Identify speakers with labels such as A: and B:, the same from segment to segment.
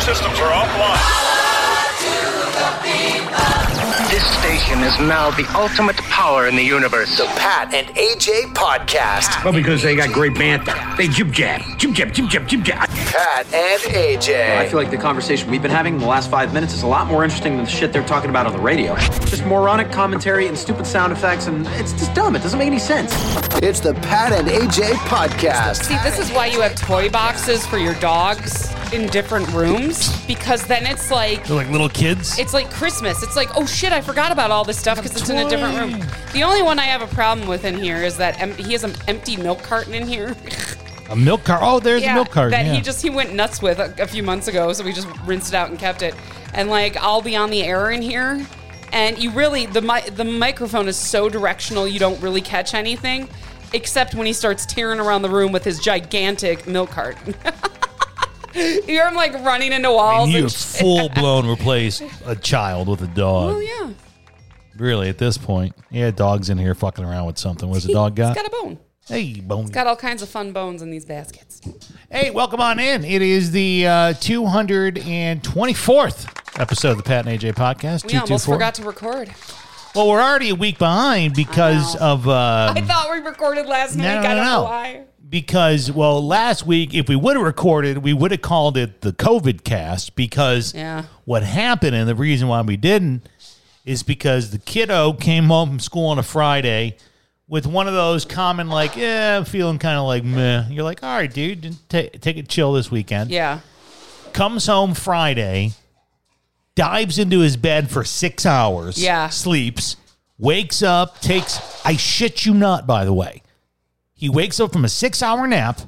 A: systems are offline.
B: This station is now the ultimate power in the universe.
C: The Pat and AJ Podcast.
D: Well, because they got great banter. They jib jab, jib jab, jib jab, jib jab.
C: Pat and
E: I feel
C: AJ.
E: like the conversation we've been having in the last five minutes is a lot more interesting than the shit they're talking about on the radio. Just moronic commentary and stupid sound effects, and it's just dumb. It doesn't make any sense.
C: It's the Pat and AJ Podcast.
F: See, this is why you have toy boxes for your dogs in different rooms because then it's like
G: They're like little kids.
F: it's like Christmas. It's like, oh shit, I forgot about all this stuff because it's in a different room. The only one I have a problem with in here is that em- he has an empty milk carton in here.
G: a milk car. Oh, there's a milk cart.
F: that
G: yeah.
F: he just he went nuts with a, a few months ago. So we just rinsed it out and kept it. And like, I'll be on the air in here, and you really the mi- the microphone is so directional, you don't really catch anything, except when he starts tearing around the room with his gigantic milk cart. you hear him like running into walls.
G: and you
F: and
G: have
F: shit.
G: full blown replaced a child with a dog.
F: Oh yeah,
G: Really, at this point, yeah, dog's in here fucking around with something. What's the dog got?
F: He's got a bone.
G: hey, bone.
F: Got all kinds of fun bones in these baskets.
G: hey, welcome on in. It is the uh, 224th episode of the Pat and AJ podcast.
F: We almost
G: 224.
F: forgot to record.
G: Well, we're already a week behind because
F: I know.
G: of. Uh,
F: I thought we recorded last
G: no,
F: week.
G: no,
F: I
G: no,
F: don't know
G: no.
F: why.
G: Because, well, last week, if we would have recorded, we would have called it the COVID cast because
F: Yeah.
G: what happened and the reason why we didn't is because the kiddo came home from school on a Friday with one of those common, like, yeah, I'm feeling kind of like meh. You're like, all right, dude, t- take it chill this weekend.
F: Yeah.
G: Comes home Friday, dives into his bed for six hours.
F: Yeah.
G: Sleeps, wakes up, takes, I shit you not, by the way. He wakes up from a six hour nap,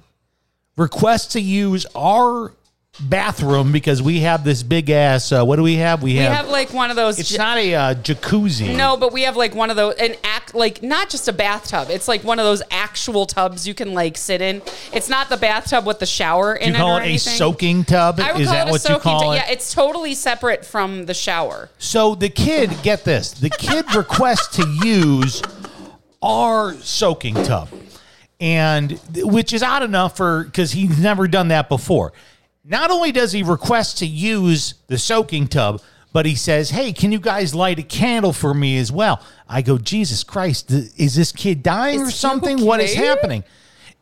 G: requests to use our bathroom because we have this big ass, uh, what do we have? We
F: We
G: have,
F: have like one of those.
G: it's
F: j-
G: not a uh, jacuzzi.
F: No, but we have like one of those an act like not just a bathtub. It's like one of those actual tubs you can like sit in. It's not the bathtub with the shower
G: Do
F: in
G: you call
F: it or
G: it a
F: anything.
G: soaking tub?
F: I would
G: Is
F: call
G: that
F: it a
G: what
F: soaking
G: you call
F: tub.
G: it?
F: Yeah, it's totally separate from the shower.
G: So the kid, get this, the kid requests to use our soaking tub, and which is odd enough for because he's never done that before. Not only does he request to use the soaking tub, but he says, "Hey, can you guys light a candle for me as well?" I go, "Jesus Christ, th- is this kid dying
F: Is
G: or
F: he
G: something? What is
F: okay?"
G: happening?"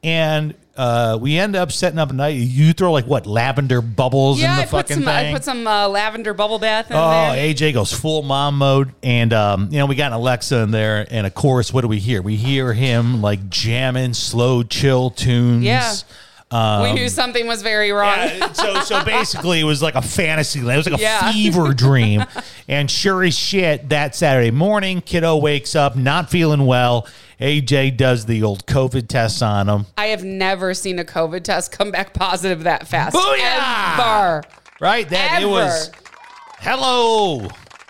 G: And uh, we end up setting up a night. You throw like what lavender bubbles
F: yeah,
G: in the
F: I put
G: fucking
F: some
G: thing.
F: I put some uh, lavender bubble bath in
G: Oh,
F: there.
G: AJ goes full mom mode, and um, you know we got an Alexa in there, and of course, what do we hear? We hear him like jamming slow chill tunes.
F: Yeah.
G: Um,
F: we knew something was very wrong.
G: yeah, so so basically, it was like a fantasy land. It was like a
F: Yeah.
G: fever dream. And sure as shit, that Saturday morning, kiddo wakes up not feeling well. AJ does the old COVID test on him.
F: I have never seen a COVID test come back positive that fast.
G: Booyah!
F: Ever.
G: Right? That it
F: Ever.
G: was Hello,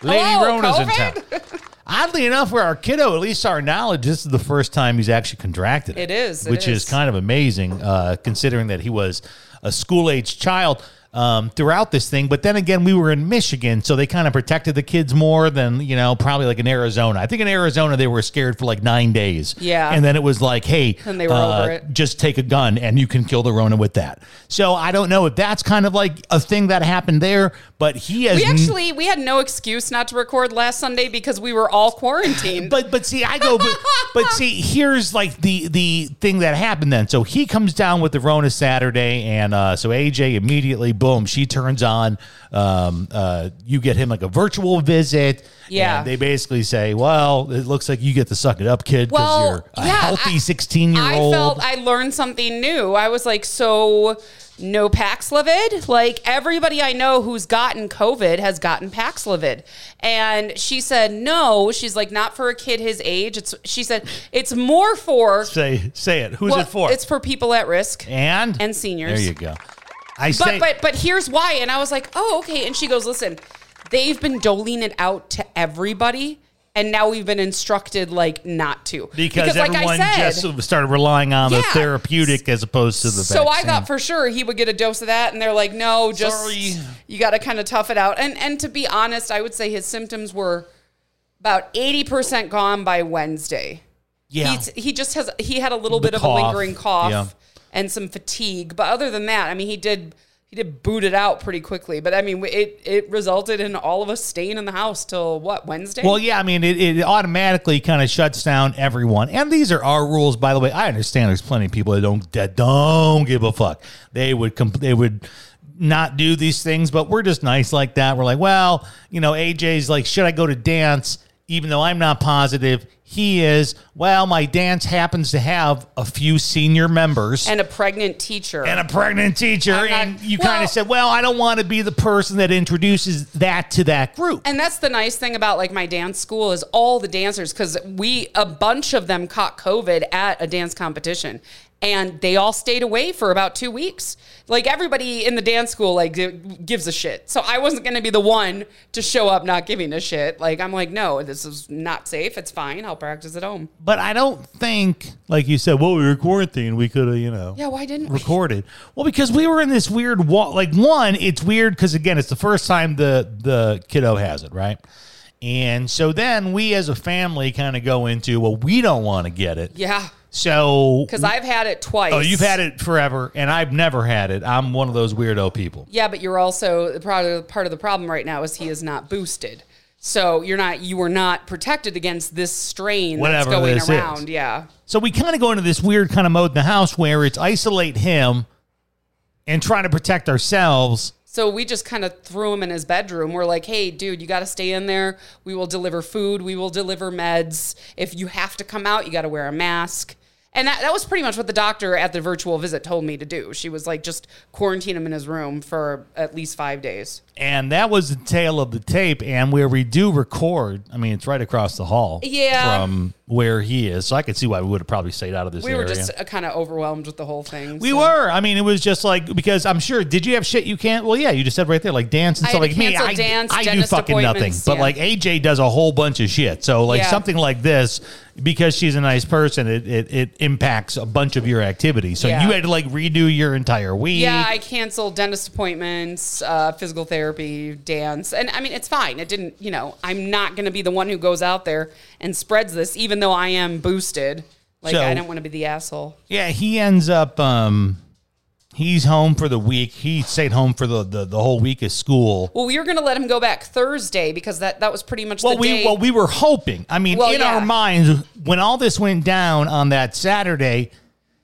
G: Lady
F: Hello,
G: Rona's in town.
F: COVID?
G: Oddly enough, for our kiddo, at least our knowledge, this is the first time he's actually contracted
F: It
G: it.
F: is, it
G: which is.
F: is.
G: kind of amazing, uh, considering that he was a school age child um, throughout this thing. But then again, we were in Michigan, so they kind of protected the kids more than you know, probably like in Arizona. I think in Arizona they were scared for like nine days.
F: Yeah.
G: and then it was like, hey, uh,
F: Then they were over it.
G: just take a gun and you can kill the Rona with that. So I don't know if that's kind of like a thing that happened there, but he has
F: We actually we had no excuse not to record last Sunday because we were all quarantined.
G: But but see, I go. But, but see, here's like the the thing that happened then. So he comes down with the Rona Saturday, and uh, so AJ immediately, boom, she turns on. Um, uh, you get him like a virtual visit.
F: Yeah.
G: and they basically say, well, it looks like you get to suck it up, kid, because
F: Well,
G: you're a
F: yeah,
G: healthy
F: I-
G: sixteen year
F: I
G: old.
F: felt I learned something new. I was like, so no Paxlovid? Like everybody I know who's gotten COVID has gotten Paxlovid. And she said, no. She's like, not for a kid his age. It's she said it's more for
G: say say it. Who's
F: well,
G: it for?
F: It's for people at risk.
G: and
F: and seniors.
G: There you go. I
F: But
G: say,
F: but but here's why. And I was like, oh, okay. And she goes, listen, they've been doling it out to everybody. And now we've been instructed like not to.
G: because, everyone just started relying on the
F: Yeah.
G: therapeutic as opposed to the.
F: so I
G: vaccine.
F: thought for sure he would get a dose of that, and they're like, no, just
G: Sorry.
F: you got to kind of tough it out. And and to be honest, I would say his symptoms were about eighty percent gone by Wednesday.
G: yeah.
F: He's, he just has he had a little
G: The
F: bit of a
G: cough,
F: lingering cough
G: yeah.
F: and some fatigue, but other than that, I mean, he did he did boot it out pretty quickly. But I mean, it it resulted in all of us staying in the house till what Wednesday.
G: Well, yeah, I mean, it, it automatically kind of shuts down everyone. And these are our rules, by the way. I understand there's plenty of people that don't that don't give a fuck. They would compl- they would not do these things, but we're just nice like that. We're like, well, you know, AJ's like, should I go to dance? Even though I'm not positive, he is. Well, my dance happens to have a few senior members
F: and a pregnant teacher.
G: and a pregnant teacher,
F: I'm not-
G: and you
F: Well-
G: kind of said, well, I don't want to be the person that introduces that to that group.
F: And that's the nice thing about like my dance school is all the dancers because we a bunch of them caught COVID at a dance competition and they all stayed away for about two weeks. Like everybody in the dance school like gi- gives a shit. So I wasn't going to be the one to show up not giving a shit. Like I'm like, no, this is not safe. It's fine. I'll practice at home.
G: But I don't think, like you said, well, we were quarantined. We could have, you know,
F: Yeah, why didn't we?
G: recorded? Well, because we were in this weird wall. Like one, it's weird because again, it's the first time the the kiddo has it, right? And so then we, as a family, kind of go into, well, we don't want to get it.
F: Yeah,
G: So
F: because I've had it twice.
G: oh, you've had it forever, and I've never had it. I'm one of those weirdo people.
F: Yeah, but you're also part of part of the problem right now is he is not boosted. So you're not you were not protected against this strain
G: Whatever
F: that's going
G: this
F: around.
G: is.
F: Yeah.
G: So we kind of go into this weird kind of mode in the house where it's isolate him and try to protect ourselves.
F: So we just kind of threw him in his bedroom. We're like, "Hey, dude, you got to stay in there. We will deliver food. We will deliver meds. If you have to come out, you got to wear a mask." And that, that was pretty much what the doctor at the virtual visit told me to do. She was like, just quarantine him in his room for at least five days.
G: And that was the tale of the tape, and where we do record. I mean, it's right across the hall,
F: Yeah.
G: from where he is. So I could see why we would have probably stayed out of this
F: We
G: area.
F: were just uh, kind of overwhelmed with the whole thing.
G: we
F: so.
G: were. I mean, it was just like because I'm sure. Did you have shit you can't? Well, yeah, you just said right there, like dance and
F: I
G: stuff.
F: had to
G: Like me,
F: cancel
G: I,
F: dance,
G: I do
F: dentist
G: fucking nothing.
F: appointments,
G: But
F: yeah.
G: like AJ does a whole bunch of shit. So like
F: Yeah.
G: something like this, because she's a nice person, it it, it impacts a bunch of your activities. So
F: Yeah.
G: you had to like redo your entire week.
F: Yeah, I canceled dentist appointments, uh, physical therapy, dance, and I mean it's fine. It didn't, you know, I'm not going to be the one who goes out there and spreads this, even though I am boosted. Like
G: So-
F: I don't want to be the asshole.
G: Yeah, he ends up um he's home for the week. He stayed home for the the, the whole week of school.
F: Well, we were going to let him go back Thursday because that that was pretty much
G: Well,
F: the
G: we
F: day.
G: well we were hoping. I mean,
F: Well,
G: in
F: yeah.
G: our minds when all this went down on that Saturday,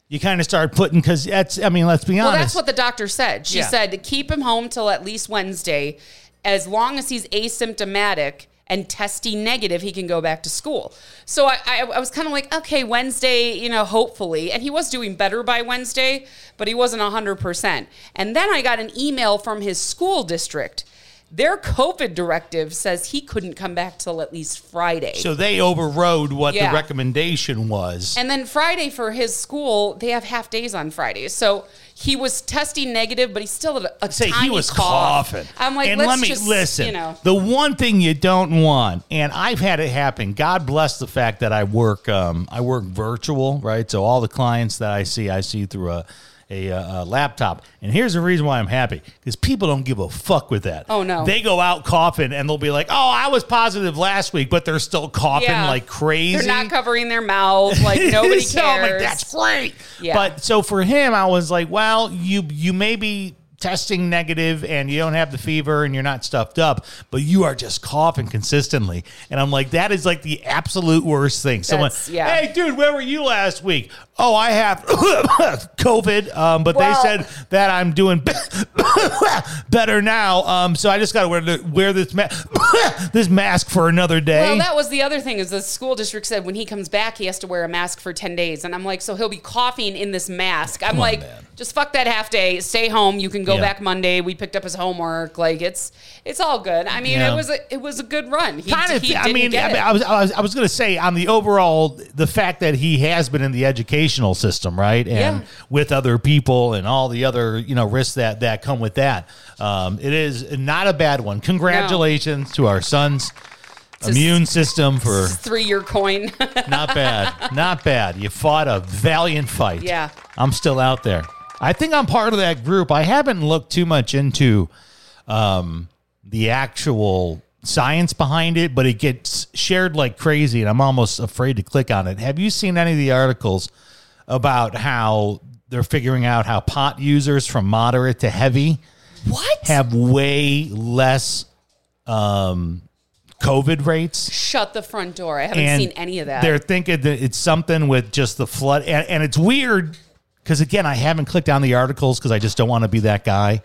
G: you kind of start putting cuz that's I mean, let's be
F: Well,
G: honest.
F: that's what the doctor said. She
G: Yeah.
F: said to keep him home till at least Wednesday. As long as he's asymptomatic and testing negative, he can go back to school. So I, I, I was kind of like, okay, Wednesday, you know, hopefully. And he was doing better by Wednesday, but he wasn't 100%. And then I got an email from his school district. Their COVID directive says he couldn't come back till at least Friday.
G: so they overrode what
F: Yeah.
G: the recommendation was.
F: And then Friday for his school, they have half days on Fridays. So he was testing negative, but he still had a, a
G: say
F: tiny
G: he was
F: cough.
G: coughing.
F: I'm like,
G: and
F: let's
G: let me
F: just,
G: listen.
F: You know,
G: The one thing you don't want, and I've had it happen. God bless the fact that I work. Um, I work virtual, right? So all the clients that I see, I see through a. A, uh, a laptop, and here's the reason why I'm happy because people don't give a fuck with that.
F: Oh, no.
G: they go out coughing and they'll be like, "Oh, I was positive last week," but they're still coughing
F: Yeah.
G: like crazy.
F: they're not covering their mouth. Like nobody cares.
G: So I'm like, that's great.
F: Yeah.
G: But so for him, I was like, well, you you may be testing negative and you don't have the fever and you're not stuffed up, but you are just coughing consistently. And I'm like, that is like the absolute worst thing. Someone,
F: That's- yeah.
G: hey, dude, where were you last week? Oh, I have COVID, um, but
F: Well-
G: they said that I'm doing better now. Um, so I just got to wear, the- wear this, ma- this mask for another day.
F: Well, that was the other thing is the school district said when he comes back, he has to wear a mask for 10 days. And I'm like, so he'll be coughing in this mask. I'm
G: Come on,
F: like,
G: man.
F: just fuck that half day. Stay home. You can go
G: Yeah.
F: back Monday. We picked up his homework. Like it's, it's all good. I mean,
G: Yeah.
F: it was, a, it was a good run. He,
G: kind of.
F: he
G: I
F: didn't
G: mean,
F: get
G: I, mean,
F: it.
G: I was, I was, I was going to say on the overall, the fact that he has been in the educational system, right, and
F: Yeah.
G: with other people and all the other you know risks that that come with that, um, it is not a bad one. Congratulations to our son's
F: a s-
G: immune system for
F: three year coin.
G: not bad, not bad. You fought a valiant fight.
F: Yeah.
G: I'm still out there. I think I'm part of that group. I haven't looked too much into um, the actual science behind it, but it gets shared like crazy, and I'm almost afraid to click on it. Have you seen any of the articles about how they're figuring out how pot users from moderate to heavy
F: What?
G: have way less um, COVID rates.
F: Shut the front door. I haven't seen any of that.
G: They're thinking that it's something with just the flood, and, and it's weird because again, I haven't clicked on the articles because I just don't want to be that guy.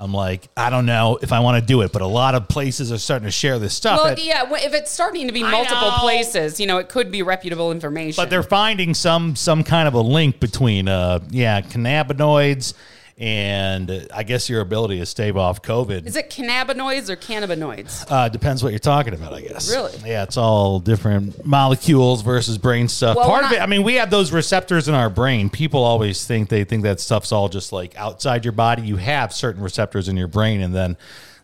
G: I'm like, I don't know if I want to do it, but a lot of places are starting to share this stuff.
F: well,
G: and-
F: yeah. wh- If it's starting to be multiple
G: know.
F: places, you know, it could be reputable information.
G: But they're finding some some kind of a link between, uh, yeah, cannabinoids and uh, I guess your ability to stave off COVID.
F: is it cannabinoids or cannabinoids?
G: Uh, depends what you're talking about, I guess.
F: Really?
G: Yeah, it's all different molecules versus brain stuff.
F: Well,
G: Part
F: we're
G: of it,
F: not-
G: I mean, we have those receptors in our brain. People always think they think that stuff's all just like outside your body. You have certain receptors in your brain, and then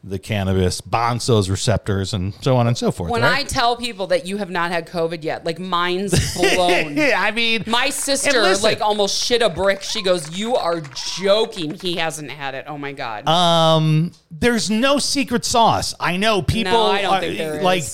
G: the cannabis bonds those receptors, and so on and so forth.
F: when I
G: right?
F: tell people that you have not had COVID yet, like mine's blown.
G: yeah, I mean,
F: My sister,
G: And listen-
F: like, almost shit a brick. She goes, "You are joking. He hasn't had it. Oh my god."
G: um, there's no secret sauce. I know people
F: no, I don't
G: are-
F: think there is.
G: like.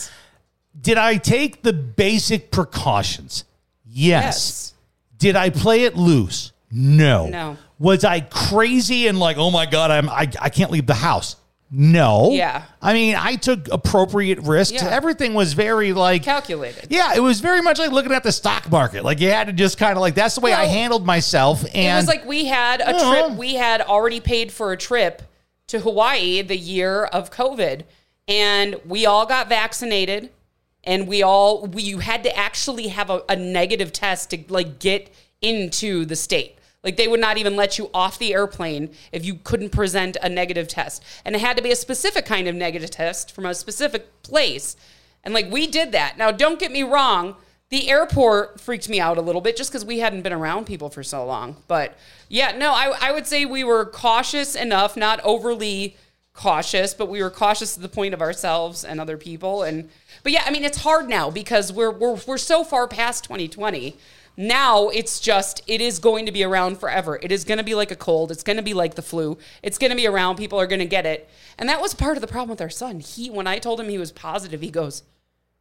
G: Did I take the basic precautions? yes.
F: yes.
G: Did I play it loose? No.
F: No.
G: Was I crazy and like, oh my god, I'm I, I can't leave the house? No.
F: Yeah.
G: I mean, I took appropriate risks.
F: Yeah.
G: Everything was very like
F: Calculated.
G: Yeah, it was very much like looking at the stock market. Like you had to just kind of like that's the way I
F: Well,
G: handled myself. And
F: it was like we had a
G: Yeah.
F: trip. We had already paid for a trip to Hawaii the year of COVID, and we all got vaccinated, and we all we you had to actually have a, a negative test to like get into the state. Like they would not even let you off the airplane if you couldn't present a negative test, and it had to be a specific kind of negative test from a specific place. And like we did that. Now, don't get me wrong. The airport freaked me out a little bit just because we hadn't been around people for so long. But yeah, no, I, I would say we were cautious enough, not overly cautious, but we were cautious to the point of ourselves and other people. And but yeah, I mean it's hard now because we're we're we're so far past 2020. Now it's just it is going to be around forever. It is going to be like a cold. It's going to be like the flu. It's going to be around. People are going to get it. And that was part of the problem with our son. He when I told him he was positive, he goes,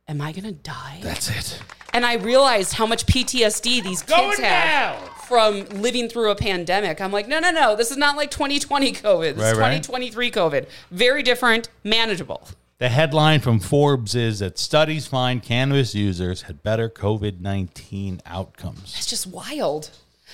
F: "Am I going to die?"
G: that's it.
F: and I realized how much PTSD these
D: Going
F: kids have
D: down.
F: from living through a pandemic. I'm like, no, no, no, this is not like 2020 COVID. This is
G: Right, right.
F: 2023 COVID. Very different, manageable.
G: The headline from Forbes is that studies find cannabis users had better COVID nineteen outcomes.
F: It's just wild.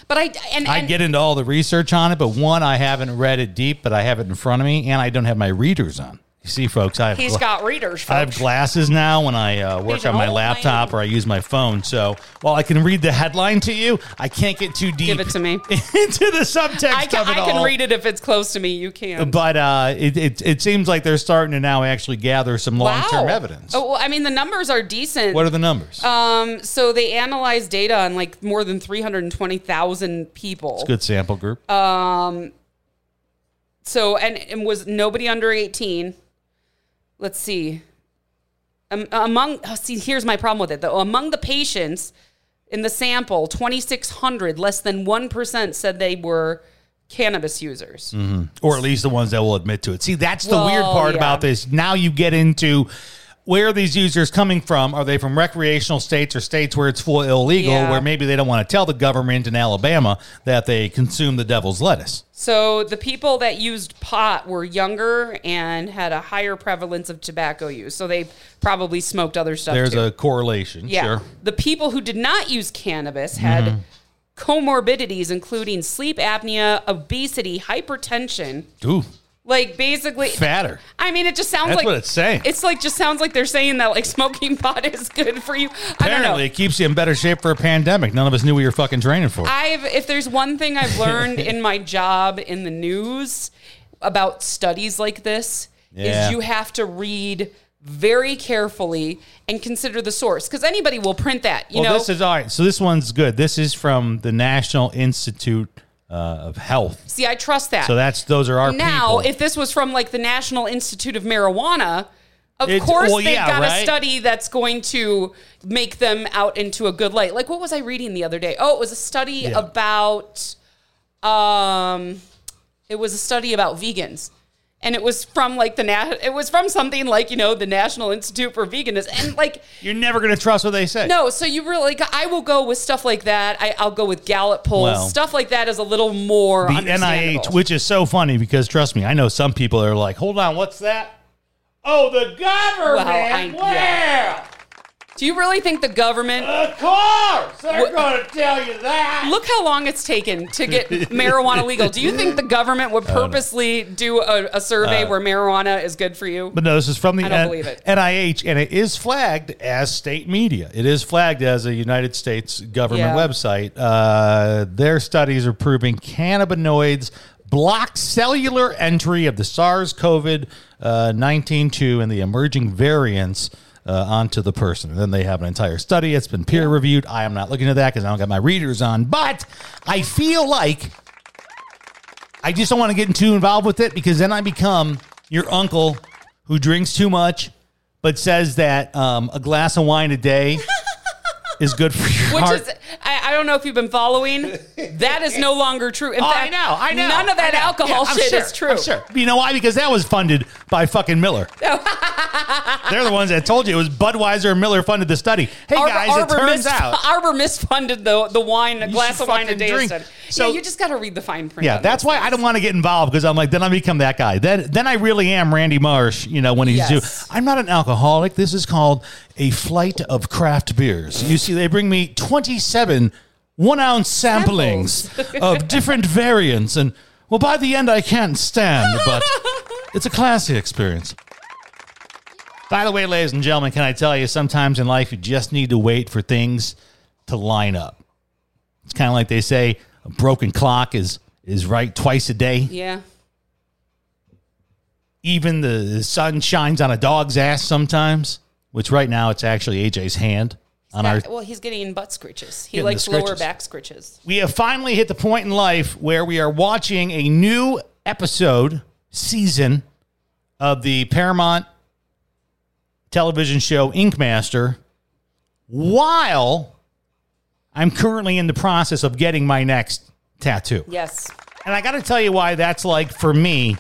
F: But I and, and
G: I get into all the research on it, but one, I haven't read it deep, but I have it in front of me, and I don't have my readers on. You see, folks, I have,
F: he's
G: gla-
F: got readers. Folks.
G: I have glasses now when I uh, work
F: He's
G: on my
F: an old
G: laptop
F: man.
G: or I use my phone. So while I can read the headline to you, I can't get too deep
F: Give it to me.
G: into the subtext
F: I can,
G: of it
F: I can
G: all.
F: read it if it's close to me. You can.
G: But uh, it, it, it seems like they're starting to now actually gather some long term evidence.
F: Oh, well, I mean, the numbers are decent.
G: What are the numbers?
F: um, so they analyzed data on like more than 320,000 people.
G: Good sample group.
F: So and, and was nobody under 18. Let's see. Um, among oh, see here's my problem with it though. Among the patients in the sample, 2600 less than 1% said they were cannabis users.
G: Mm. or at least the ones that will admit to it. See, that's the
F: Well,
G: weird part
F: yeah.
G: about this. Now you get into where are these users coming from? Are they from recreational states or states where it's full illegal,
F: Yeah.
G: where maybe they don't want to tell the government in Alabama that they consume the devil's lettuce?
F: So the people that used pot were younger and had a higher prevalence of tobacco use. So they probably smoked other stuff
G: There's
F: too.
G: a correlation.
F: Yeah.
G: Sure. Mm-hmm.
F: The people who did not use cannabis had comorbidities, including sleep apnea, obesity, hypertension.
G: Ooh,
F: Like basically,
G: fatter.
F: I mean, it just sounds
G: That's
F: like
G: what it's saying.
F: It's like just sounds like they're saying that like smoking pot is good for you. I don't
G: Apparently,
F: know.
G: it keeps you in better shape for a pandemic. None of us knew we were fucking training for.
F: I've if there's one thing I've learned in my job in the news about studies like this
G: Yeah.
F: is you have to read very carefully and consider the source because anybody will print that. You
G: well,
F: know,
G: this is all right. So this one's good. This is from the National Institute uh, of Health.
F: see, I trust that.
G: So that's those are our
F: now,
G: people.
F: if this was from like the National Institute of Marijuana, of
G: It's-
F: course
G: well,
F: they've
G: yeah,
F: got
G: right?
F: a study that's going to make them out into a good light. Like what was I reading the other day? Oh, it was a study
G: Yeah.
F: about um it was a study about vegans. and it was from like the nat. It was from something like you know the National Institute for Veganism, and like
G: You're never going to trust what they say.
F: no, so you really like I will go with stuff like that. I, I'll go with Gallup polls,
G: Well,
F: stuff like that is a little more
G: The
F: understandable.
G: NIH, which is so funny because trust me, I know some people are like, hold on, what's that? Oh, the government.
F: I- yeah. Do you really think the government?
G: Where? Of course, they're
F: What-
G: going to tell you that.
F: Look how long it's taken to get marijuana legal. Do you think the government would purposely do a, a survey where marijuana is good for you?
G: Uh, But no, this is from the
F: I don't
G: N-
F: believe it.
G: NIH, and it is flagged as state media. It is flagged as a United States government
F: Yeah.
G: website. Uh, their studies are proving cannabinoids block cellular entry of the SARS COVID uh, 19 2 and the emerging variants. Uh, onto the person. And then they have an entire study. It's been peer reviewed. I am not looking at that because I don't got my readers on. But I feel like I just don't want to get too involved with it because then I become your uncle who drinks too much, but says that um, a glass of wine a day is good for your
F: Which
G: heart.
F: is, I, I don't know if you've been following. That is no longer true. In
G: Oh,
F: fact,
G: I know, I know.
F: None of that
G: I know.
F: alcohol
G: Yeah, I'm
F: shit
G: sure,
F: is true.
G: I'm sure. You know why? Because that was funded by fucking Miller. They're the ones that told you it was Budweiser and Miller funded the study. Hey
F: Arbor-
G: guys,
F: Arbor
G: it turns
F: mis-
G: out.
F: Arbor misfunded the the wine, a
G: You
F: glass
G: should
F: of wine a
G: fucking
F: day.
G: drink.
F: Instead.
G: So-
F: yeah, you just got to read the fine print.
G: Yeah,
F: on
G: that's
F: those
G: why I don't want to get involved because I'm like, then I become that guy. Then, then I really am Randy Marsh. You know, when he's
F: Yes.
G: due. I'm not an alcoholic. This is called a flight of craft beers. You see, they bring me 27 one ounce samplings of different variants, and well, by the end, I can't stand, but it's a classy experience. By the way, ladies and gentlemen, can I tell you sometimes in life you just need to wait for things to line up. It's kind of like they say a broken clock is is right twice a day.
F: Yeah.
G: Even the, the sun shines on a dog's ass sometimes, which right now it's actually AJ's hand on our
F: Back- well, he's getting butt scritches. He
G: Getting the
F: likes lower
G: scritches.
F: back scritches.
G: we have finally hit the point in life where we are watching a new episode season of the Paramount television show Ink Master while I'm currently in the process of getting my next tattoo.
F: Yes.
G: And I got to tell you why that's like for me,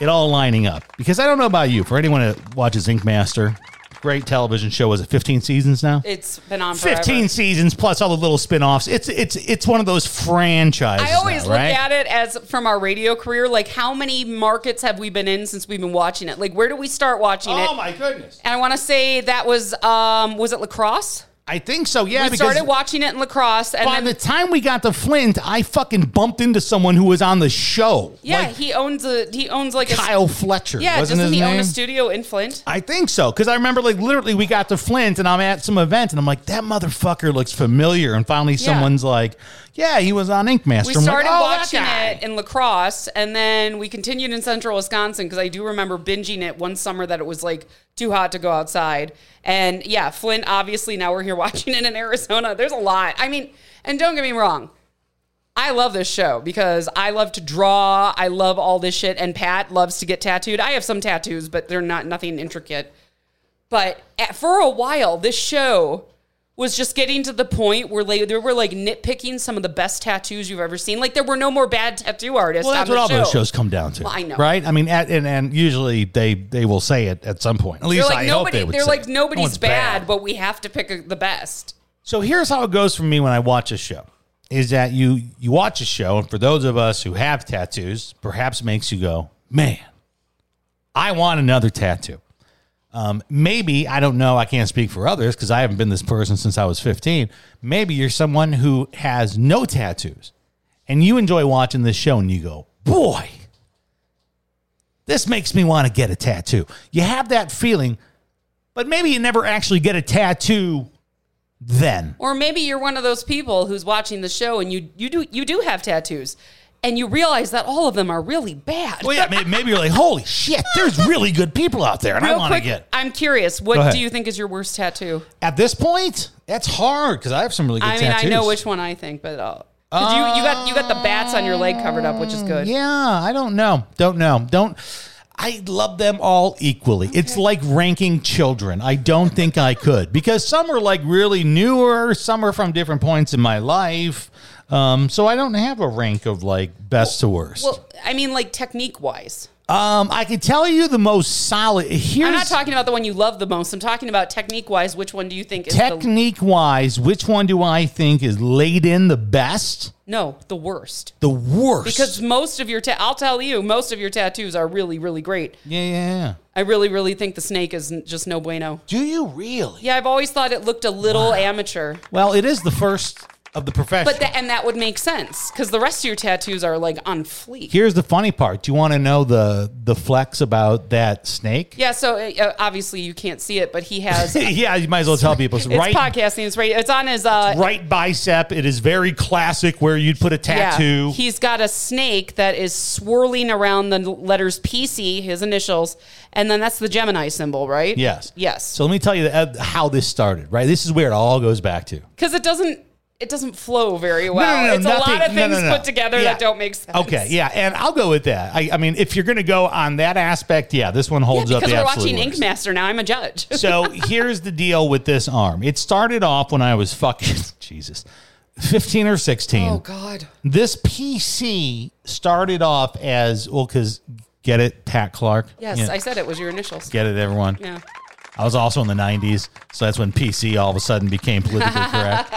G: it all lining up. Because I don't know about you, for anyone that watches Ink Master, great television show. Was it 15 seasons now?
F: It's been on forever.
G: 15 seasons plus all the little spin-offs. It's it's it's one of those franchises.
F: I always
G: now,
F: look
G: right?
F: at it as from our radio career, like how many markets have we been in since we've been watching it? Like where do we start watching it?
G: Oh, my goodness.
F: and I want to say that was um was it lacrosse?
G: I think so. Yeah,
F: we
G: because
F: started watching it in lacrosse, and
G: by
F: then
G: the time we got to Flint, I fucking bumped into someone who was on the show.
F: yeah,
G: Like
F: he owns a he owns like a
G: Kyle Fletcher.
F: yeah,
G: wasn't
F: doesn't
G: his
F: he
G: name?
F: own a studio in Flint?
G: I think so. Because I remember, like, literally, we got to Flint and I'm at some event and I'm like, that motherfucker looks familiar. And finally, someone's like, yeah, he was on Ink Master.
F: We
G: I'm like,
F: started
G: "Oh, that
F: watching
G: guy."
F: it in lacrosse, and then we continued in central Wisconsin because I do remember binging it one summer that it was like too hot to go outside. And yeah, Flint, obviously, now we're here watching it in Arizona. There's a lot. I mean, and don't get me wrong, I love this show because I love to draw. I love all this shit. And Pat loves to get tattooed. I have some tattoos, but they're not nothing intricate. But at, for a while, this show was just getting to the point where like, they were like nitpicking some of the best tattoos you've ever seen. Like there were no more bad tattoo artists.
G: Well, that's
F: on
G: what
F: the show.
G: all those shows come down to.
F: Well, I know.
G: right? I mean, at, and and usually they they will say it at some point. At
F: They're
G: least
F: like
G: I hope
F: nobody.
G: they would.
F: are
G: say
F: like
G: it.
F: nobody's
G: Everyone's
F: bad, but we have to pick a, the best.
G: So here's how it goes for me when I watch a show is that you you watch a show and for those of us who have tattoos, perhaps makes you go, "Man, I want another tattoo." Um, maybe I don't know. I can't speak for others because I haven't been this person since I was 15. Maybe you're someone who has no tattoos, and you enjoy watching this show, and you go, "Boy, this makes me want to get a tattoo." You have that feeling, but maybe you never actually get a tattoo. Then
F: Or maybe you're one of those people who's watching the show and you you do you do have tattoos, and you realize that all of them are really bad.
G: Well, yeah, maybe, maybe you're like, holy shit, there's really good people out there, and I
F: Real
G: want to
F: quick,
G: get.
F: I'm curious.
G: Go
F: What
G: ahead.
F: do you think is your worst tattoo?
G: At this point, that's hard because I have some really good
F: I mean,
G: tattoos.
F: I know which one I think, but uh, 'cause you, you got you got the bats on your leg covered up, which is good.
G: Yeah, I don't know. Don't know. Don't. I love them all equally. It's like ranking children. I don't think I could because some are like really newer, some are from different points in my life. Um, so I don't have a rank of like best to worst.
F: Well, I mean, like technique wise,
G: Um, I can tell you the most solid. Here's
F: I'm not talking about the one you love the most. I'm talking about technique wise. Which one do you think is the
G: technique wise. Which one do I think is laid in the best?
F: no the worst?
G: The worst.
F: Because most of your, ta- I'll tell you, most of your tattoos are really, really great.
G: yeah, yeah, yeah.
F: I really, really think the snake is n- just no bueno.
G: Do you really?
F: Yeah, I've always thought it looked a little amateur,
G: Well, it is the first of the profession.
F: but the, e- and that would make sense because the rest of your tattoos are like on fleek.
G: Here's the funny part. Do you want to know the the flex about that snake?
F: yeah, so uh, obviously you can't see it, but he has. it's
G: yeah, you might as well tell people. It's right,
F: podcasting. It's right. It's on his. Uh,
G: right bicep. It is very classic where you'd put a tattoo.
F: Yeah, he's got a snake that is swirling around the letters PC, his initials, and then that's the Gemini symbol, right?
G: yes.
F: Yes.
G: So let me tell you uh, how this started. Right. This is where it all goes back to.
F: because it doesn't it doesn't flow very well. it's a lot of
G: nothing- no,
F: things
G: no, no.
F: put together
G: Yeah.
F: that don't make sense.
G: Okay, yeah, and I'll go with that. I, I mean, if you're going to go on that aspect, yeah, this one
F: Yeah,
G: holds up.
F: because
G: the
F: we're
G: absolute
F: watching Ink
G: worst.
F: Master now. I'm a judge.
G: So here's the deal with this arm. It started off when I was fucking Jesus, fifteen or sixteen.
F: Oh, God.
G: This PC started off as well because get it, Pat Clark.
F: Yes,
G: Yeah.
F: I said it was your initials.
G: get it, everyone.
F: Yeah.
G: I was also in the '90s, so that's when PC all of a sudden became politically correct.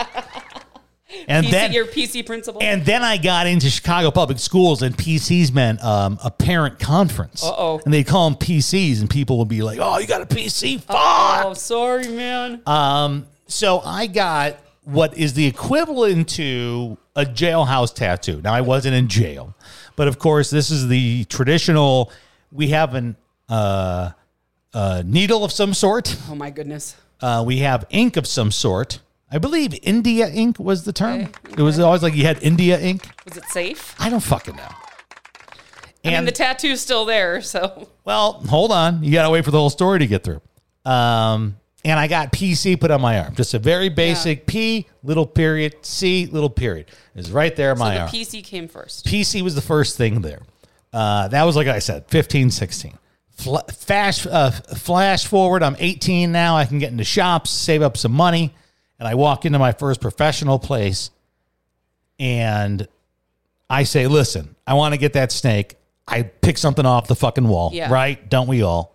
G: And
F: PC,
G: then
F: your PC principal.
G: and then I got into Chicago public schools, and PCs meant um, a parent conference.
F: Uh-oh.
G: And they'd call them PCs, and people would be like, "Oh, you got a PC? Fuck!" Um,
F: oh, sorry, man.
G: Uh, So I got what is the equivalent to a jailhouse tattoo. Now I wasn't in jail, but of course this is the traditional. We have an uh, a needle of some sort.
F: oh my goodness.
G: Uh, we have ink of some sort. I believe India ink was the term. It was always like you had India ink.
F: Was it safe?
G: I don't fucking know.
F: I
G: And
F: mean, the tattoo's still there, so
G: well, hold on. You got to wait for the whole story to get through. Um, and I got PC put on my arm. Just a very basic P, little period, C, little period. It's right there on
F: so
G: my
F: the
G: arm.
F: PC came first.
G: PC was the first thing there. Uh, that was, like I said, 15, 16. Fl- flash, uh, flash forward, I'm 18 now. I can get into shops, save up some money. And I walk into my first professional place and I say, listen, I want to get that snake. I pick something off the fucking wall,
F: Yeah.
G: right? Don't we all?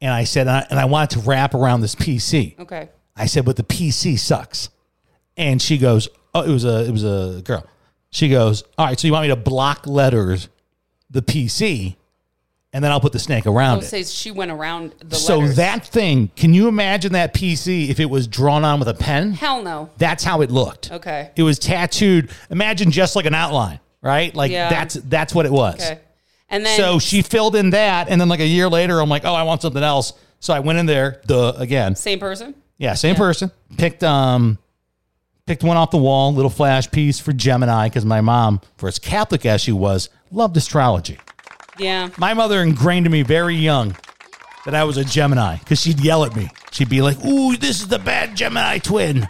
G: And I said, and I, and I want it to wrap around this PC.
F: Okay.
G: I said, but the PC sucks. And she goes, oh, it was a it was a girl. She goes, all right, so you want me to block letters, the PC, and then I'll put the snake
F: Oh,
G: around it.
F: says she went around the
G: So
F: letters.
G: that thing, can you imagine that PC if it was drawn on with a pen?
F: Hell no.
G: That's how it looked.
F: Okay.
G: It was tattooed. Imagine just like an outline, right? Like
F: Yeah.
G: that's that's what it was.
F: Okay. And then
G: So she filled in that, and then like a year later, I'm like, oh, I want something else. So I went in there, duh, again.
F: same person.
G: Yeah, same person. Picked um picked one off the wall, little flash piece for Gemini cuz my mom, for as Catholic as she was, loved astrology.
F: Yeah.
G: My mother ingrained in me very young that I was a Gemini cuz she'd yell at me. She'd be like, "Ooh, this is the bad Gemini twin.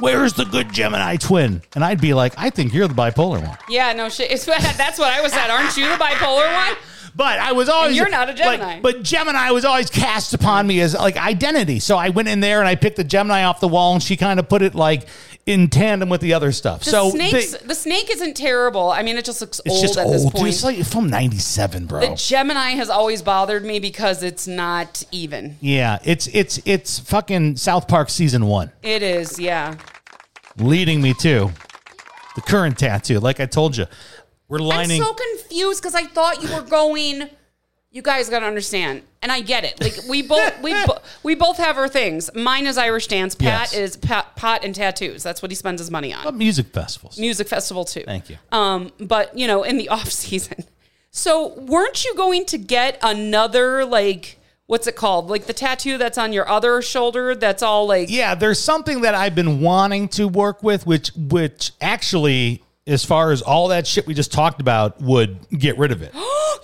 G: Where's the good Gemini twin?" And I'd be like, "I think you're the bipolar one."
F: Yeah. No shit. It's, that's what I was at. Aren't you the bipolar one?
G: But I was always
F: you're not a Gemini.
G: like- but Gemini was always cast upon me as like identity. So I went in there and I picked the Gemini off the wall, and she kind of put it like in tandem with the other stuff.
F: The
G: so
F: snakes,
G: they-
F: the, snake isn't terrible. I mean, it just looks
G: it's
F: old
G: just
F: at
G: old.
F: this point.
G: It's like from '97, bro.
F: the Gemini has always bothered me because it's not even.
G: yeah, it's it's it's fucking South Park season one,
F: It is, yeah.
G: leading me to the current tattoo. Like I told you, we're lining.
F: I'm so confused because I thought you were going. You guys got to understand, and I get it. Like we both we bo- we both have our things. Mine is Irish dance. Pat
G: Yes.
F: is pot, pot and tattoos. That's what he spends his money on.
G: music festivals.
F: Music festival too.
G: Thank you.
F: Um, but you know, in the off season. So weren't you going to get another like what's it called? Like the tattoo that's on your other shoulder that's all like
G: yeah, there's something that I've been wanting to work with, which which actually, as far as all that shit we just talked about, would get rid of it.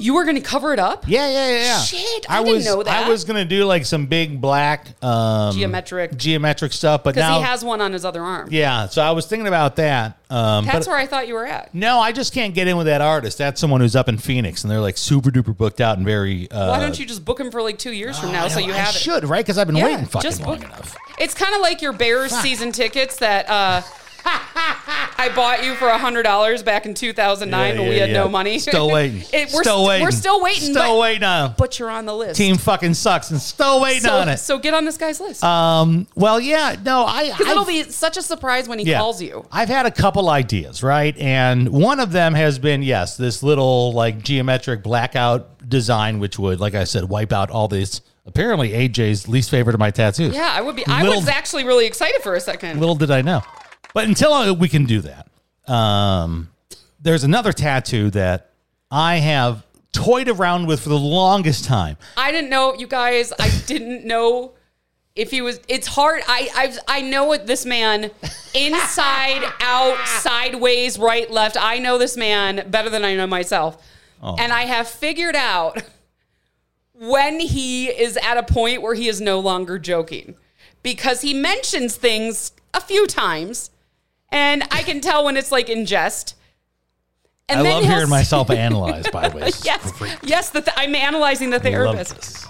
F: you were gonna cover it up?
G: Yeah, yeah, yeah, yeah.
F: Shit, I didn't
G: was,
F: know that.
G: I was gonna do like some big black um,
F: Geometric.
G: geometric stuff, but
F: Because
G: now,
F: he has one on his other arm.
G: yeah. So I was thinking about that. Um,
F: That's
G: but,
F: where I thought you were at.
G: No, I just can't get in with that artist. That's someone who's up in Phoenix, and they're like super duper booked out and very. Uh, Oh,
F: Why don't you just book him for like two years from now so you
G: I
F: have it?
G: should right because I've been waiting fucking
F: just
G: long
F: book-
G: enough.
F: It's kind of like your Bears season tickets that uh I bought you for hundred dollars back in two thousand nine
G: Yeah,
F: when we
G: yeah,
F: had
G: yeah.
F: no money.
G: Still waiting.
F: It- we're
G: still
F: st-
G: waiting.
F: We're still waiting.
G: Still
F: but,
G: waiting uh, on it.
F: But you're on the list.
G: Team fucking sucks and still waiting
F: so,
G: on it.
F: So get on this guy's list.
G: well, yeah, no, I.
F: Because it'll
G: I've-
F: be such a surprise when he
G: yeah.
F: calls you.
G: I've had a couple ideas, right? And one of them has been, yes, this little like geometric blackout design, which would, like I said, wipe out all these. Apparently, AJ's least favorite of my tattoos.
F: Yeah, I would be. I
G: Little-
F: was actually really excited for a second.
G: Little did I know. But until I- we can do that, um, there's another tattoo that I have toyed around with for the longest time.
F: I didn't know, you guys. I didn't know if he was. It's hard. I I I know what this man inside out, sideways, right, left. I know this man better than I know myself,
G: Oh.
F: and I have figured out when he is at a point where he is no longer joking because he mentions things a few times, and I can tell when it's like in jest. And
G: I
F: then
G: love
F: he'll
G: hearing
F: s-
G: myself analyzed, by the way.
F: Yes, yes. The th- I'm analyzing the
G: I love
F: therapist
G: this.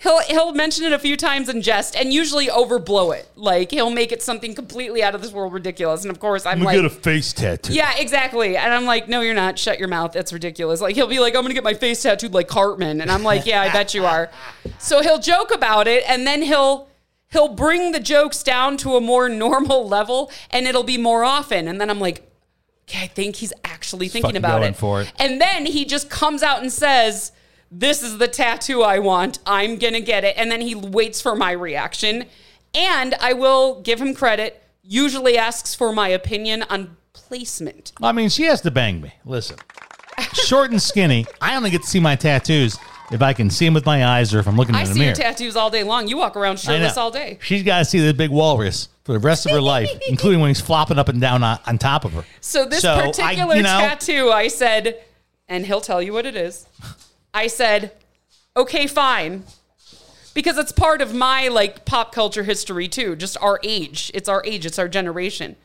F: he'll he'll mention it a few times in jest and usually overblow it. Like he'll make it something completely out of this world ridiculous. And of course I'm
G: I'm going to get
F: like
G: a face tattoo.
F: yeah, exactly. And I'm like, no, you're not. Shut your mouth. That's ridiculous. Like, he'll be like, I'm going to get my face tattooed like Cartman. And I'm like, yeah, I bet you are. So he'll joke about it and then he'll. He'll bring the jokes down to a more normal level and it'll be more often. And then I'm like, okay, I think he's actually thinking
G: fucking
F: about
G: going
F: it.
G: for it.
F: And then he just comes out and says, This is the tattoo I want. I'm going to get it. And then he waits for my reaction. And I will give him credit, usually asks for my opinion on placement.
G: I mean, she has to bang me. Listen, short and skinny. I only get to see my tattoos if I can see them with my eyes or if I'm looking
F: I
G: in the
F: see
G: mirror.
F: your tattoos all day long. You walk around
G: I know.
F: shirtless all day.
G: She's got to see the big walrus for the rest of her life, including when he's flopping up and down on, on top of her.
F: So this
G: I-
F: particular
G: you know,
F: tattoo, I said, and he'll tell you what it is. I said, okay, fine. Because it's part of my like pop culture history too, just our age. It's our age, it's our generation.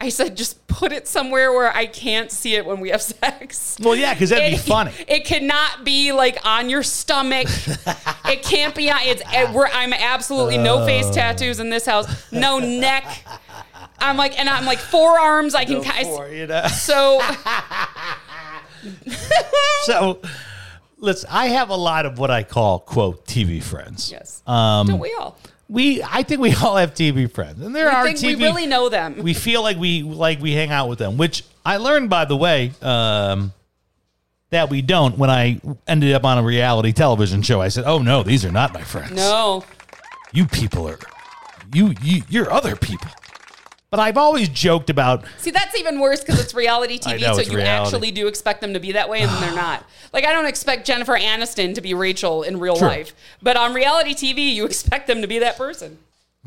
F: I said, just put it somewhere where I can't see it when we have sex.
G: Well, yeah, because that'd be
F: It-
G: funny.
F: It cannot be like on your stomach. it can't be on. It's. It, we're, I'm absolutely no face
G: Oh.
F: tattoos in this house. No neck. I'm like, and I'm like forearms. I can. ki-
G: For, you know?
F: so
G: So, listen, I have a lot of what I call quote TV friends.
F: yes,
G: Um,
F: don't we all?
G: We, I think we all have TV friends, and there
F: I
G: are
F: think
G: TV.
F: we really know them.
G: we feel like we like we hang out with them, which I learned by the way um, that we don't. When I ended up on a reality television show, I said, "Oh no, these are not my friends.
F: no,
G: you people are you you you're other people." But I've always joked about
F: see that's even worse because it's reality
G: I
F: TV,
G: know,
F: so
G: it's
F: you
G: reality.
F: actually do expect them to be that way, and then they're not. Like I don't expect Jennifer Aniston to be Rachel in real
G: True.
F: life, but on reality TV, you expect them to be that person.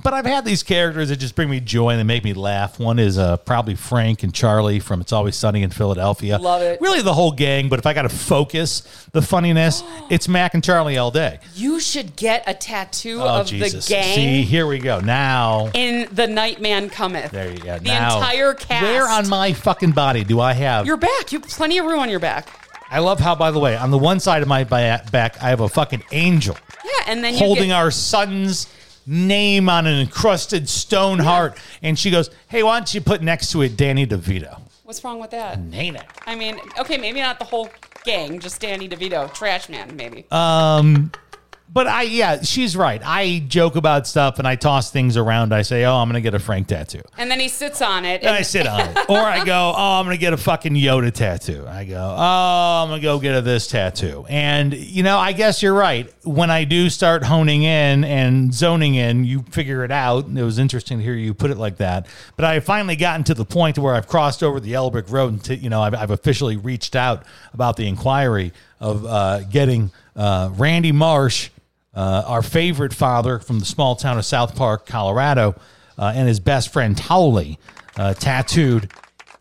G: but I've had these characters that just bring me joy and they make me laugh. One is uh, probably Frank and Charlie from It's Always Sunny in Philadelphia.
F: Love it.
G: Really the whole gang, but if I got to focus the funniness, it's Mac and Charlie all day.
F: You should get a tattoo
G: Oh
F: of
G: Jesus.
F: the gang
G: See, here we go. Now
F: in The Nightman Cometh.
G: There you go.
F: The
G: Now,
F: entire cast.
G: Where on my fucking body do I have?
F: your back? You have plenty of room on your back.
G: I love how, by the way, on the one side of my ba- back, I have a fucking angel
F: Yeah, and then
G: holding
F: you get,
G: our son's name on an encrusted stone heart. And she goes, Hey, why don't you put next to it Danny DeVito?
F: What's wrong with that?
G: Name it.
F: I mean, okay, maybe not the whole gang, just Danny DeVito, Trash Man, maybe.
G: Uh, Um, But I, yeah, she's right. I joke about stuff and I toss things around. I say, Oh, I'm going to get a Frank tattoo.
F: and then he sits on it.
G: And I
F: and-
G: sit on it. Or I go, oh, I'm going to get a fucking Yoda tattoo. I go, oh, I'm going to go get a this tattoo. And, you know, I guess you're right. When I do start honing in and zoning in, you figure it out. It was interesting to hear you put it like that. But I have finally gotten to the point where I've crossed over the yellow brick road and, t- you know, I've, I've officially reached out about the inquiry of uh, getting uh, Randy Marsh uh, our favorite father from the small town of South Park, Colorado, uh, and his best friend Towley, uh, tattooed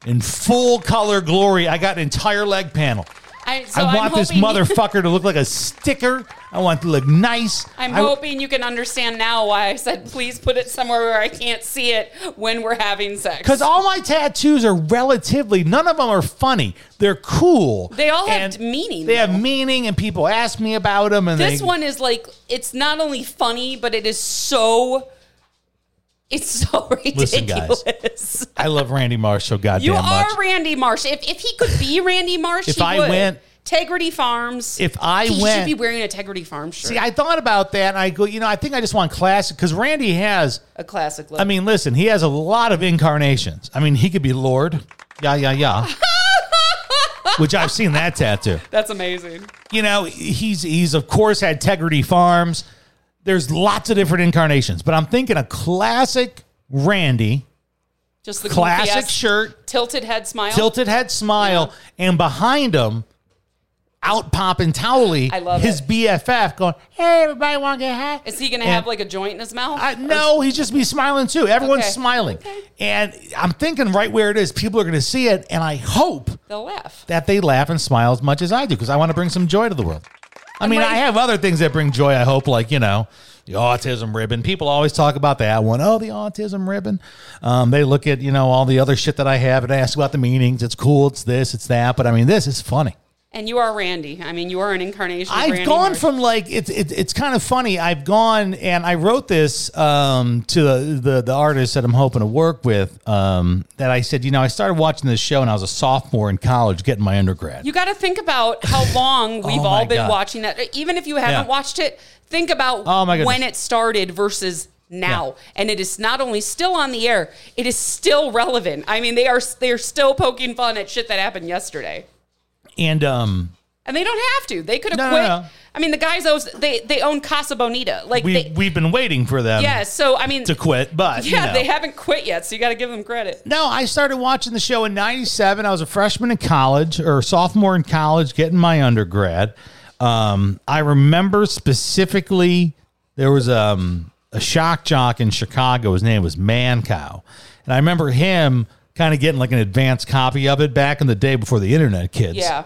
G: in full color glory. I got an entire leg panel.
F: I, so
G: I
F: I'm
G: want this
F: hoping-
G: motherfucker to look like a sticker. I want to look nice.
F: I'm
G: I-
F: hoping you can understand now why I said please put it somewhere where I can't see it when we're having sex.
G: because all my tattoos are relatively, none of them are funny. They're cool.
F: They all have
G: And
F: meaning,
G: They have
F: though.
G: meaning, and people ask me about them. And
F: this
G: they,
F: one is like it's not only funny but it is so It's so ridiculous.
G: Listen, guys. I love Randy Marsh so goddamn
F: You are
G: much.
F: Randy Marsh. If, if he could be Randy Marsh,
G: If
F: he
G: I
F: would.
G: went-
F: Tegrity Farms.
G: If I
F: he should
G: went-
F: be wearing a Tegrity Farm shirt.
G: See, I thought about that. And I go, you know, I think I just want classic because Randy has.
F: a classic look.
G: I mean, listen, he has a lot of incarnations. I mean, he could be Lord. Yeah, yeah, yeah. Which I've seen that tattoo.
F: that's amazing.
G: You know, he's he's of course had Tegrity Farms. There's lots of different incarnations, but I'm thinking a classic Randy,
F: Just the
G: classic
F: goofy-ass
G: shirt,
F: tilted head smile.
G: tilted head smile, and behind him, out popping Towley,
F: I love
G: his
F: it.
G: BFF, going, "Hey, everybody, want to get high?"
F: Is he gonna
G: And-
F: have like a joint in his mouth?
G: I, no, he's just be smiling too. Everyone's
F: Okay.
G: smiling, and I'm thinking right where it is, people are going to see it, and I hope
F: They'll laugh.
G: that they laugh and smile as much as I do because I want to bring some joy to the world. I mean,
F: like-
G: I have other things that bring joy. I hope, like you know, the autism ribbon. People always talk about that one. Oh, the autism ribbon. Um, they look at you know all the other shit that I have and ask about the meanings. It's cool. It's this. It's that. But I mean, this is funny.
F: And you are Randy. I mean, you are an incarnation. Of
G: I've
F: Randy
G: gone
F: Marsh.
G: from like it's it's it's kind of funny. I've gone and I wrote this um, to the, the the artist that I'm hoping to work with. Um, that I said, you know, I started watching this show and I was a sophomore in college, getting my undergrad.
F: You got to think about how long we've
G: Oh my
F: all been
G: God.
F: watching that. Even if you haven't
G: Yeah.
F: watched it, think about
G: Oh my goodness.
F: when it started versus now. And it is not only still on the air, it is still relevant. I mean, they are they are still poking fun at shit that happened yesterday.
G: and um,
F: And they don't have to. They could have
G: No, no,
F: quit.
G: no.
F: I mean, the guys owes they they own Casa Bonita. Like
G: we
F: they,
G: we've been waiting for them.
F: yeah. So I mean,
G: to quit, but
F: yeah,
G: you know.
F: they haven't quit yet. So you got to give them credit.
G: No, I started watching the show in 97. I was a freshman in college or sophomore in college getting my undergrad. Um, I remember specifically there was um, a shock jock in Chicago. His name was Man Cow. And I remember him kind of getting like an advanced copy of it back in the day before the internet kids.
F: Yeah.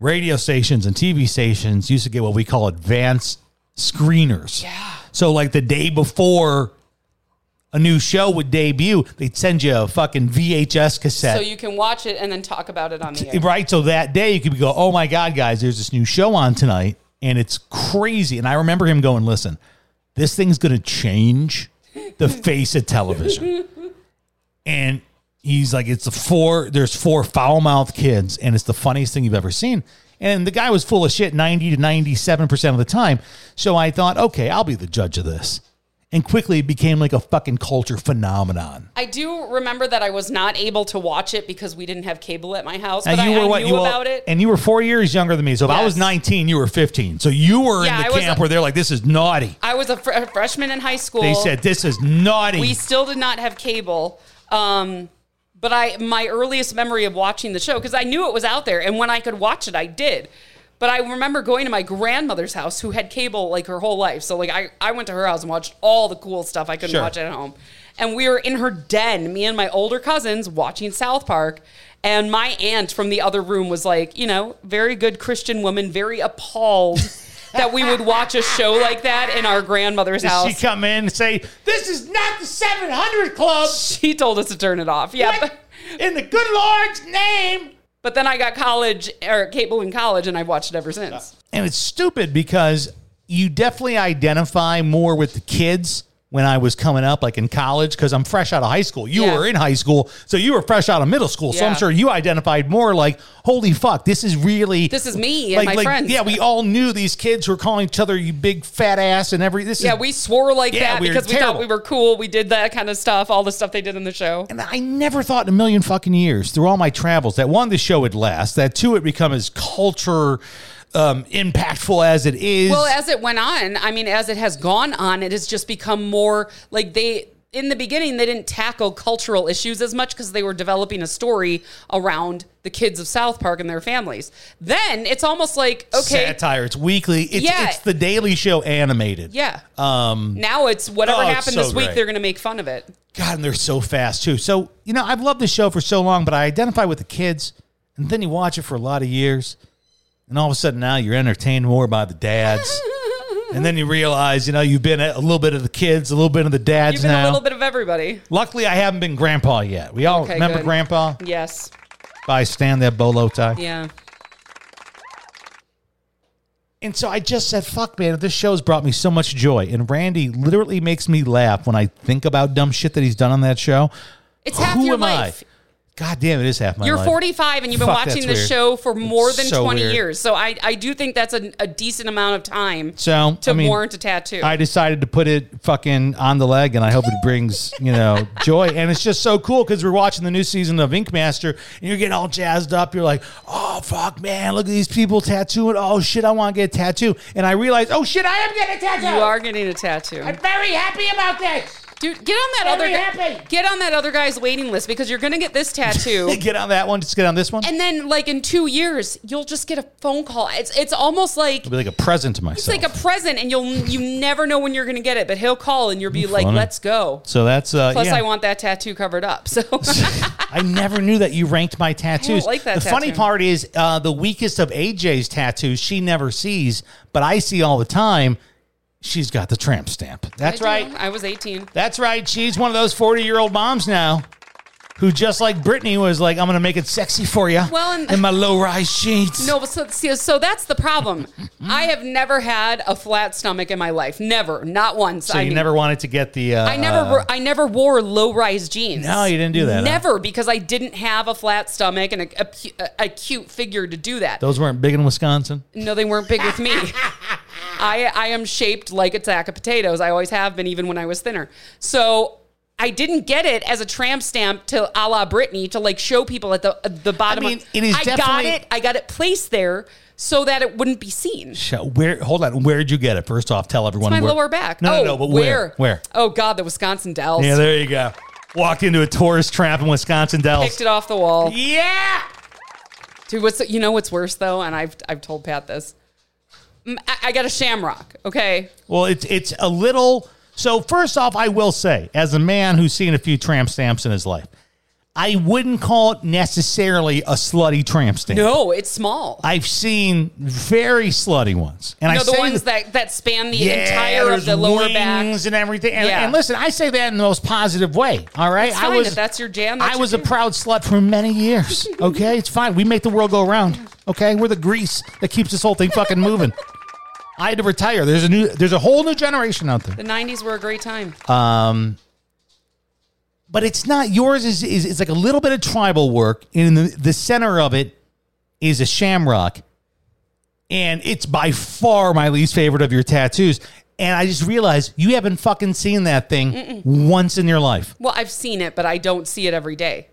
G: radio stations and TV stations used to get what we call advanced screeners. Yeah. So like the day before a new show would debut, they'd send you a fucking VHS cassette.
F: So you can watch it and then talk about it on the air.
G: right. So that day you could go, oh my God, guys, there's this new show on tonight and it's crazy. And I remember him going, listen, this thing's going to change the face of television. and he's like, it's the four, there's four foul mouthed kids, and it's the funniest thing you've ever seen. And the guy was full of shit 90 to 97% of the time. So I thought, okay, I'll be the judge of this. And quickly it became like a fucking culture phenomenon.
F: I do remember that I was not able to watch it because we didn't have cable at my house, but
G: And
F: I, I
G: what,
F: knew
G: were-
F: about it.
G: And you were four years younger than me. So if I was
F: Yes.
G: 19, you were 15. So you were
F: Yeah,
G: in
F: I
G: the
F: was
G: camp
F: a-
G: where they're like, this is naughty.
F: I was a, fr- a freshman in high school.
G: They said, this is naughty.
F: we still did not have cable. Um, but I, my earliest memory of watching the show because I knew it was out there, and when I could watch it, I did. But I remember going to my grandmother's house, who had cable like her whole life. So like I, I went to her house and watched all the cool stuff I couldn't
G: Sure.
F: watch at home. And we were in her den, me and my older cousins watching South Park. And my aunt from the other room was like, you know, very good Christian woman, very appalled that we would watch a show like that in our grandmother's
G: Did
F: house.
G: she come in and say, this is not the 700 Club.
F: She told us to turn it off. Yeah, but,
G: In the good Lord's name.
F: but then I got college or cable in college, and I've watched it ever since.
G: And it's stupid because you definitely identify more with the kids when I was coming up, like in college, because I'm fresh out of high school. You
F: Yeah.
G: were in high school, so you were fresh out of middle school. So I'm
F: Yeah.
G: sure you identified more like, holy fuck, this is really.
F: This is me and my friends.
G: Yeah, we all knew these kids were calling each other you big fat ass and every. This
F: Yeah,
G: is,
F: we swore like
G: Yeah,
F: that
G: we were
F: because we
G: terrible.
F: thought we were cool. We did that kind of stuff, all the stuff they did in the show.
G: And I never thought in a million fucking years through all my travels that one, the show would last, that two, it become as culture um, impactful as it is.
F: Well, as it went on, I mean, as it has gone on, it has just become more like they. In the beginning, they didn't tackle cultural issues as much because they were developing a story around the kids of South Park and their families. Then it's almost like okay,
G: satire. It's weekly. It's,
F: Yeah.
G: it's the Daily Show animated.
F: yeah. now it's whatever
G: Um, oh, it's
F: happened
G: so
F: this week,
G: great.
F: they're going to make fun of it.
G: God, and they're so fast too. So you know, I've loved this show for so long, but I identify with the kids, and then you watch it for a lot of years, and all of a sudden now you're entertained more by the dads, and then you realize you know you've been a little bit of the kids, a little bit of the dads
F: You've been
G: now.
F: a little bit of everybody.
G: Luckily, I haven't been grandpa yet. We all
F: Okay,
G: remember
F: good.
G: grandpa
F: Yes.
G: by Stan that bolo tie,
F: Yeah.
G: And so I just said, fuck, man, this show's brought me so much joy. And Randy literally makes me laugh when I think about dumb shit that he's done on that show.
F: It's half
G: Who
F: your
G: am
F: life.
G: I? God damn, it is half my
F: You're
G: life.
F: 45 and you've been
G: Fuck,
F: watching
G: that's
F: this
G: weird.
F: show for more
G: It's
F: than
G: so
F: 20
G: weird.
F: years. So I, I do think that's a, a decent amount of time
G: So,
F: to
G: I mean,
F: warrant a tattoo.
G: I decided to put it fucking on the leg, and I hope it brings you know joy. And it's just so cool because we're watching the new season of Ink Master, and you're getting all jazzed up. You're like, oh fuck, man, look at these people tattooing. Oh shit, I want to get a tattoo. And I realized, oh shit, I am getting a tattoo.
F: you are getting a tattoo.
G: I'm very happy about this.
F: Dude, get on that
G: Very
F: other guy-
G: happy.
F: get on that other guy's waiting list because you're gonna get this tattoo.
G: Get on that one. Just get on this one.
F: And then, like in two years, you'll just get a phone call. It's it's almost like
G: It'll be like a present to
F: it's
G: myself.
F: like a present, and you'll you never know when you're gonna get it. But he'll call, and you'll be like,
G: funny.
F: "Let's go."
G: so that's uh,
F: Plus,
G: yeah.
F: I want that tattoo covered up. So
G: I never knew that you ranked my tattoos.
F: like that
G: the funny
F: tattoo.
G: part is uh, the weakest of AJ's tattoos she never sees, but I see all the time. She's got the tramp stamp. That's
F: I do.
G: right.
F: I was 18.
G: That's right. She's one of those 40 year old moms now who, just like Brittany, was like, I'm going to make it sexy for you.
F: Well, and-
G: in my low rise sheets.
F: No, but so, see, so that's the problem. I have never had a flat stomach in my life. Never, not once.
G: So
F: I
G: you
F: mean,
G: never wanted to get the. Uh,
F: I never,
G: uh,
F: wore- I never wore low-rise jeans.
G: No, you didn't do that, huh?
F: Never, because I didn't have a flat stomach and a, a, cu- a cute figure to do that.
G: those weren't big in Wisconsin.
F: No, they weren't big with me. I I am shaped like a sack of potatoes. I always have been, even when I was thinner. So I didn't get it as a tramp stamp to a la Britney to like show people at the at the bottom.
G: mean, it is
F: I got
G: definitely-
F: it. I got it placed there so that it wouldn't be seen.
G: Sh- Where? Hold on. Where'd you get it? First off, tell everyone.
F: My
G: where-
F: lower back.
G: No,
F: oh,
G: no, no. But where? Where?
F: Oh God, the Wisconsin Dells.
G: Yeah, there you go. Walked into a tourist trap in Wisconsin Dells.
F: Picked it off the wall.
G: Yeah.
F: Dude, what's you know what's worse though, and I've I've told Pat this. Mm, I, I got a shamrock. Okay,
G: Well, it's it's a little. So first off, I will say, as a man who's seen a few tramp stamps in his life, I wouldn't call it necessarily a slutty tramp stamp.
F: no, it's small.
G: I've seen very slutty ones, and
F: you
G: I
F: know the
G: say
F: ones that that span the
G: Yeah,
F: entire of
G: there's
F: the lower back.
G: wings and everything. And,
F: Yeah.
G: and listen, I say that in the most positive way. All right,
F: It's
G: I
F: fine
G: was
F: if that's your jam, that's
G: I
F: your
G: was a
F: jam.
G: proud slut for many years. Okay, it's fine. We make the world go round. Okay, we're the grease that keeps this whole thing fucking moving. I had to retire. There's a new. There's a whole new generation out there. Um,
F: The '90s were a great time.
G: Uh, But it's not yours. Is is it's like a little bit of tribal work, and in the, the center of it is a shamrock, and it's by far my least favorite of your tattoos. And I just realized you haven't fucking seen that thing once in your life.
F: well, I've seen it, but I don't see it every day.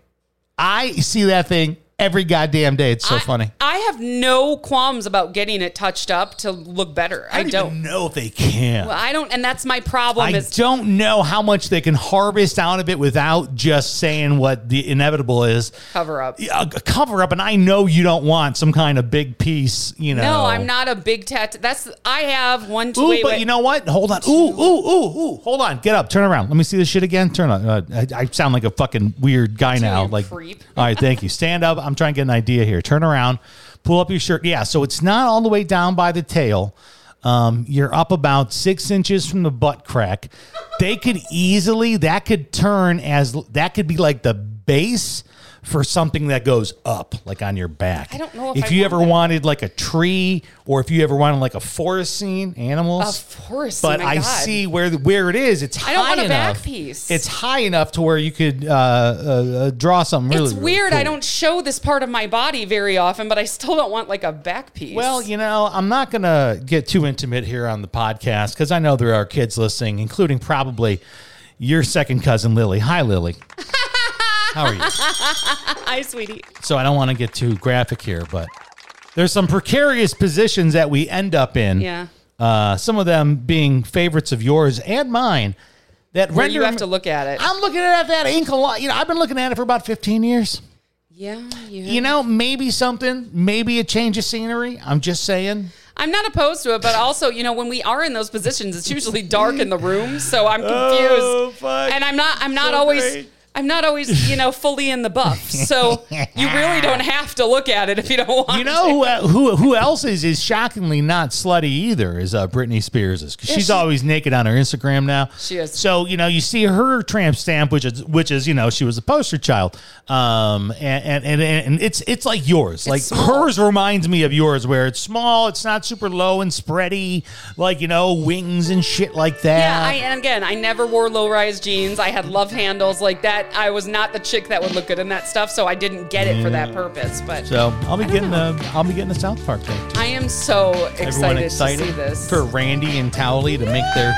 G: I see that thing every goddamn day. It's so
F: I-
G: funny.
F: I have no qualms about getting it touched up to look better. I,
G: even
F: don't.
G: know if they can.
F: Well, I don't, and that's my problem.
G: I
F: is
G: don't know how much they can harvest out of it without just saying what the inevitable is.
F: cover up.
G: A a cover up, and I know you don't want some kind of big piece, you know.
F: No, I'm not a big tattoo. That's I have one. Two,
G: Ooh,
F: wait,
G: but
F: wait.
G: you know what? Hold on. Ooh, ooh, ooh, ooh. Hold on. Get up. Turn around. Let me see this shit again. Turn on. Uh, I, I sound like a fucking weird guy now.
F: you
G: Like,
F: creep.
G: all right, thank you. Stand up. I'm trying to get an idea here. Turn around. Pull up your shirt. Yeah, so it's not all the way down by the tail. Um, you're up about six inches from the butt crack. They could easily that could turn as that could be like the base for something that goes up, like on your back.
F: I don't know if I
G: you
F: want
G: ever
F: that.
G: wanted like a tree, or if you ever wanted like a forest scene, animals
F: Of course, Oh
G: but
F: my
G: I
F: God.
G: see where the, where it is. It's
F: I don't
G: high
F: want a
G: enough.
F: back piece.
G: It's high enough to where you could uh, uh, uh, draw something really.
F: it's
G: really
F: weird. I
G: cool.
F: don't show this part of my body very often, but I still don't want like a back piece.
G: Well, you know, I'm not going to get too intimate here on the podcast because I know there are kids listening, including probably your second cousin Lily. Hi, Lily. How are you?
F: hi, sweetie.
G: So I don't want to get too graphic here, but there's some precarious positions that we end up in.
F: Yeah.
G: Uh, some of them being favorites of yours and mine. That
F: Where
G: render
F: you have to look at it.
G: I'm looking at that ink a lot. You know, I've been looking at it for about 15 years.
F: Yeah, yeah.
G: You know, maybe something, maybe a change of scenery. I'm just saying.
F: I'm not opposed to it, but also, you know, when we are in those positions, it's usually dark in the room, so I'm confused.
G: Oh, fuck.
F: And I'm not I'm not
G: So
F: always
G: great.
F: I'm not always, you know, fully in the buff. So you really don't have to look at it if you don't want
G: You know who, who who else is is shockingly not slutty either is uh, Britney Spears is 'cause she's
F: she-
G: always naked on her Instagram now.
F: She is.
G: So you know you see her tramp stamp, which is which is you know she was a poster child, um, and and and, and it's it's like yours, like
F: small.
G: hers reminds me of yours where it's small, it's not super low and spready, like you know wings and shit like that.
F: Yeah, I, and again, I never wore low-rise jeans. I had love handles like that. I was not the chick that would look good in that stuff, so I didn't get it for that purpose. But
G: so I'll be
F: I don't
G: getting
F: know.
G: a I'll be getting a South Park thing.
F: I am so
G: Everyone
F: excited,
G: excited
F: to see this.
G: for Randy and Towley to make their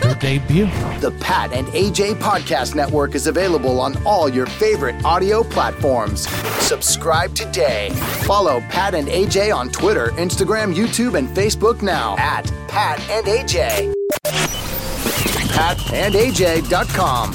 G: their debut.
C: The Pat and AJ Podcast Network is available on all your favorite audio platforms. Subscribe today. Follow Pat and AJ on Twitter, Instagram, YouTube, and Facebook now at Pat and AJ. PatandAJ.com.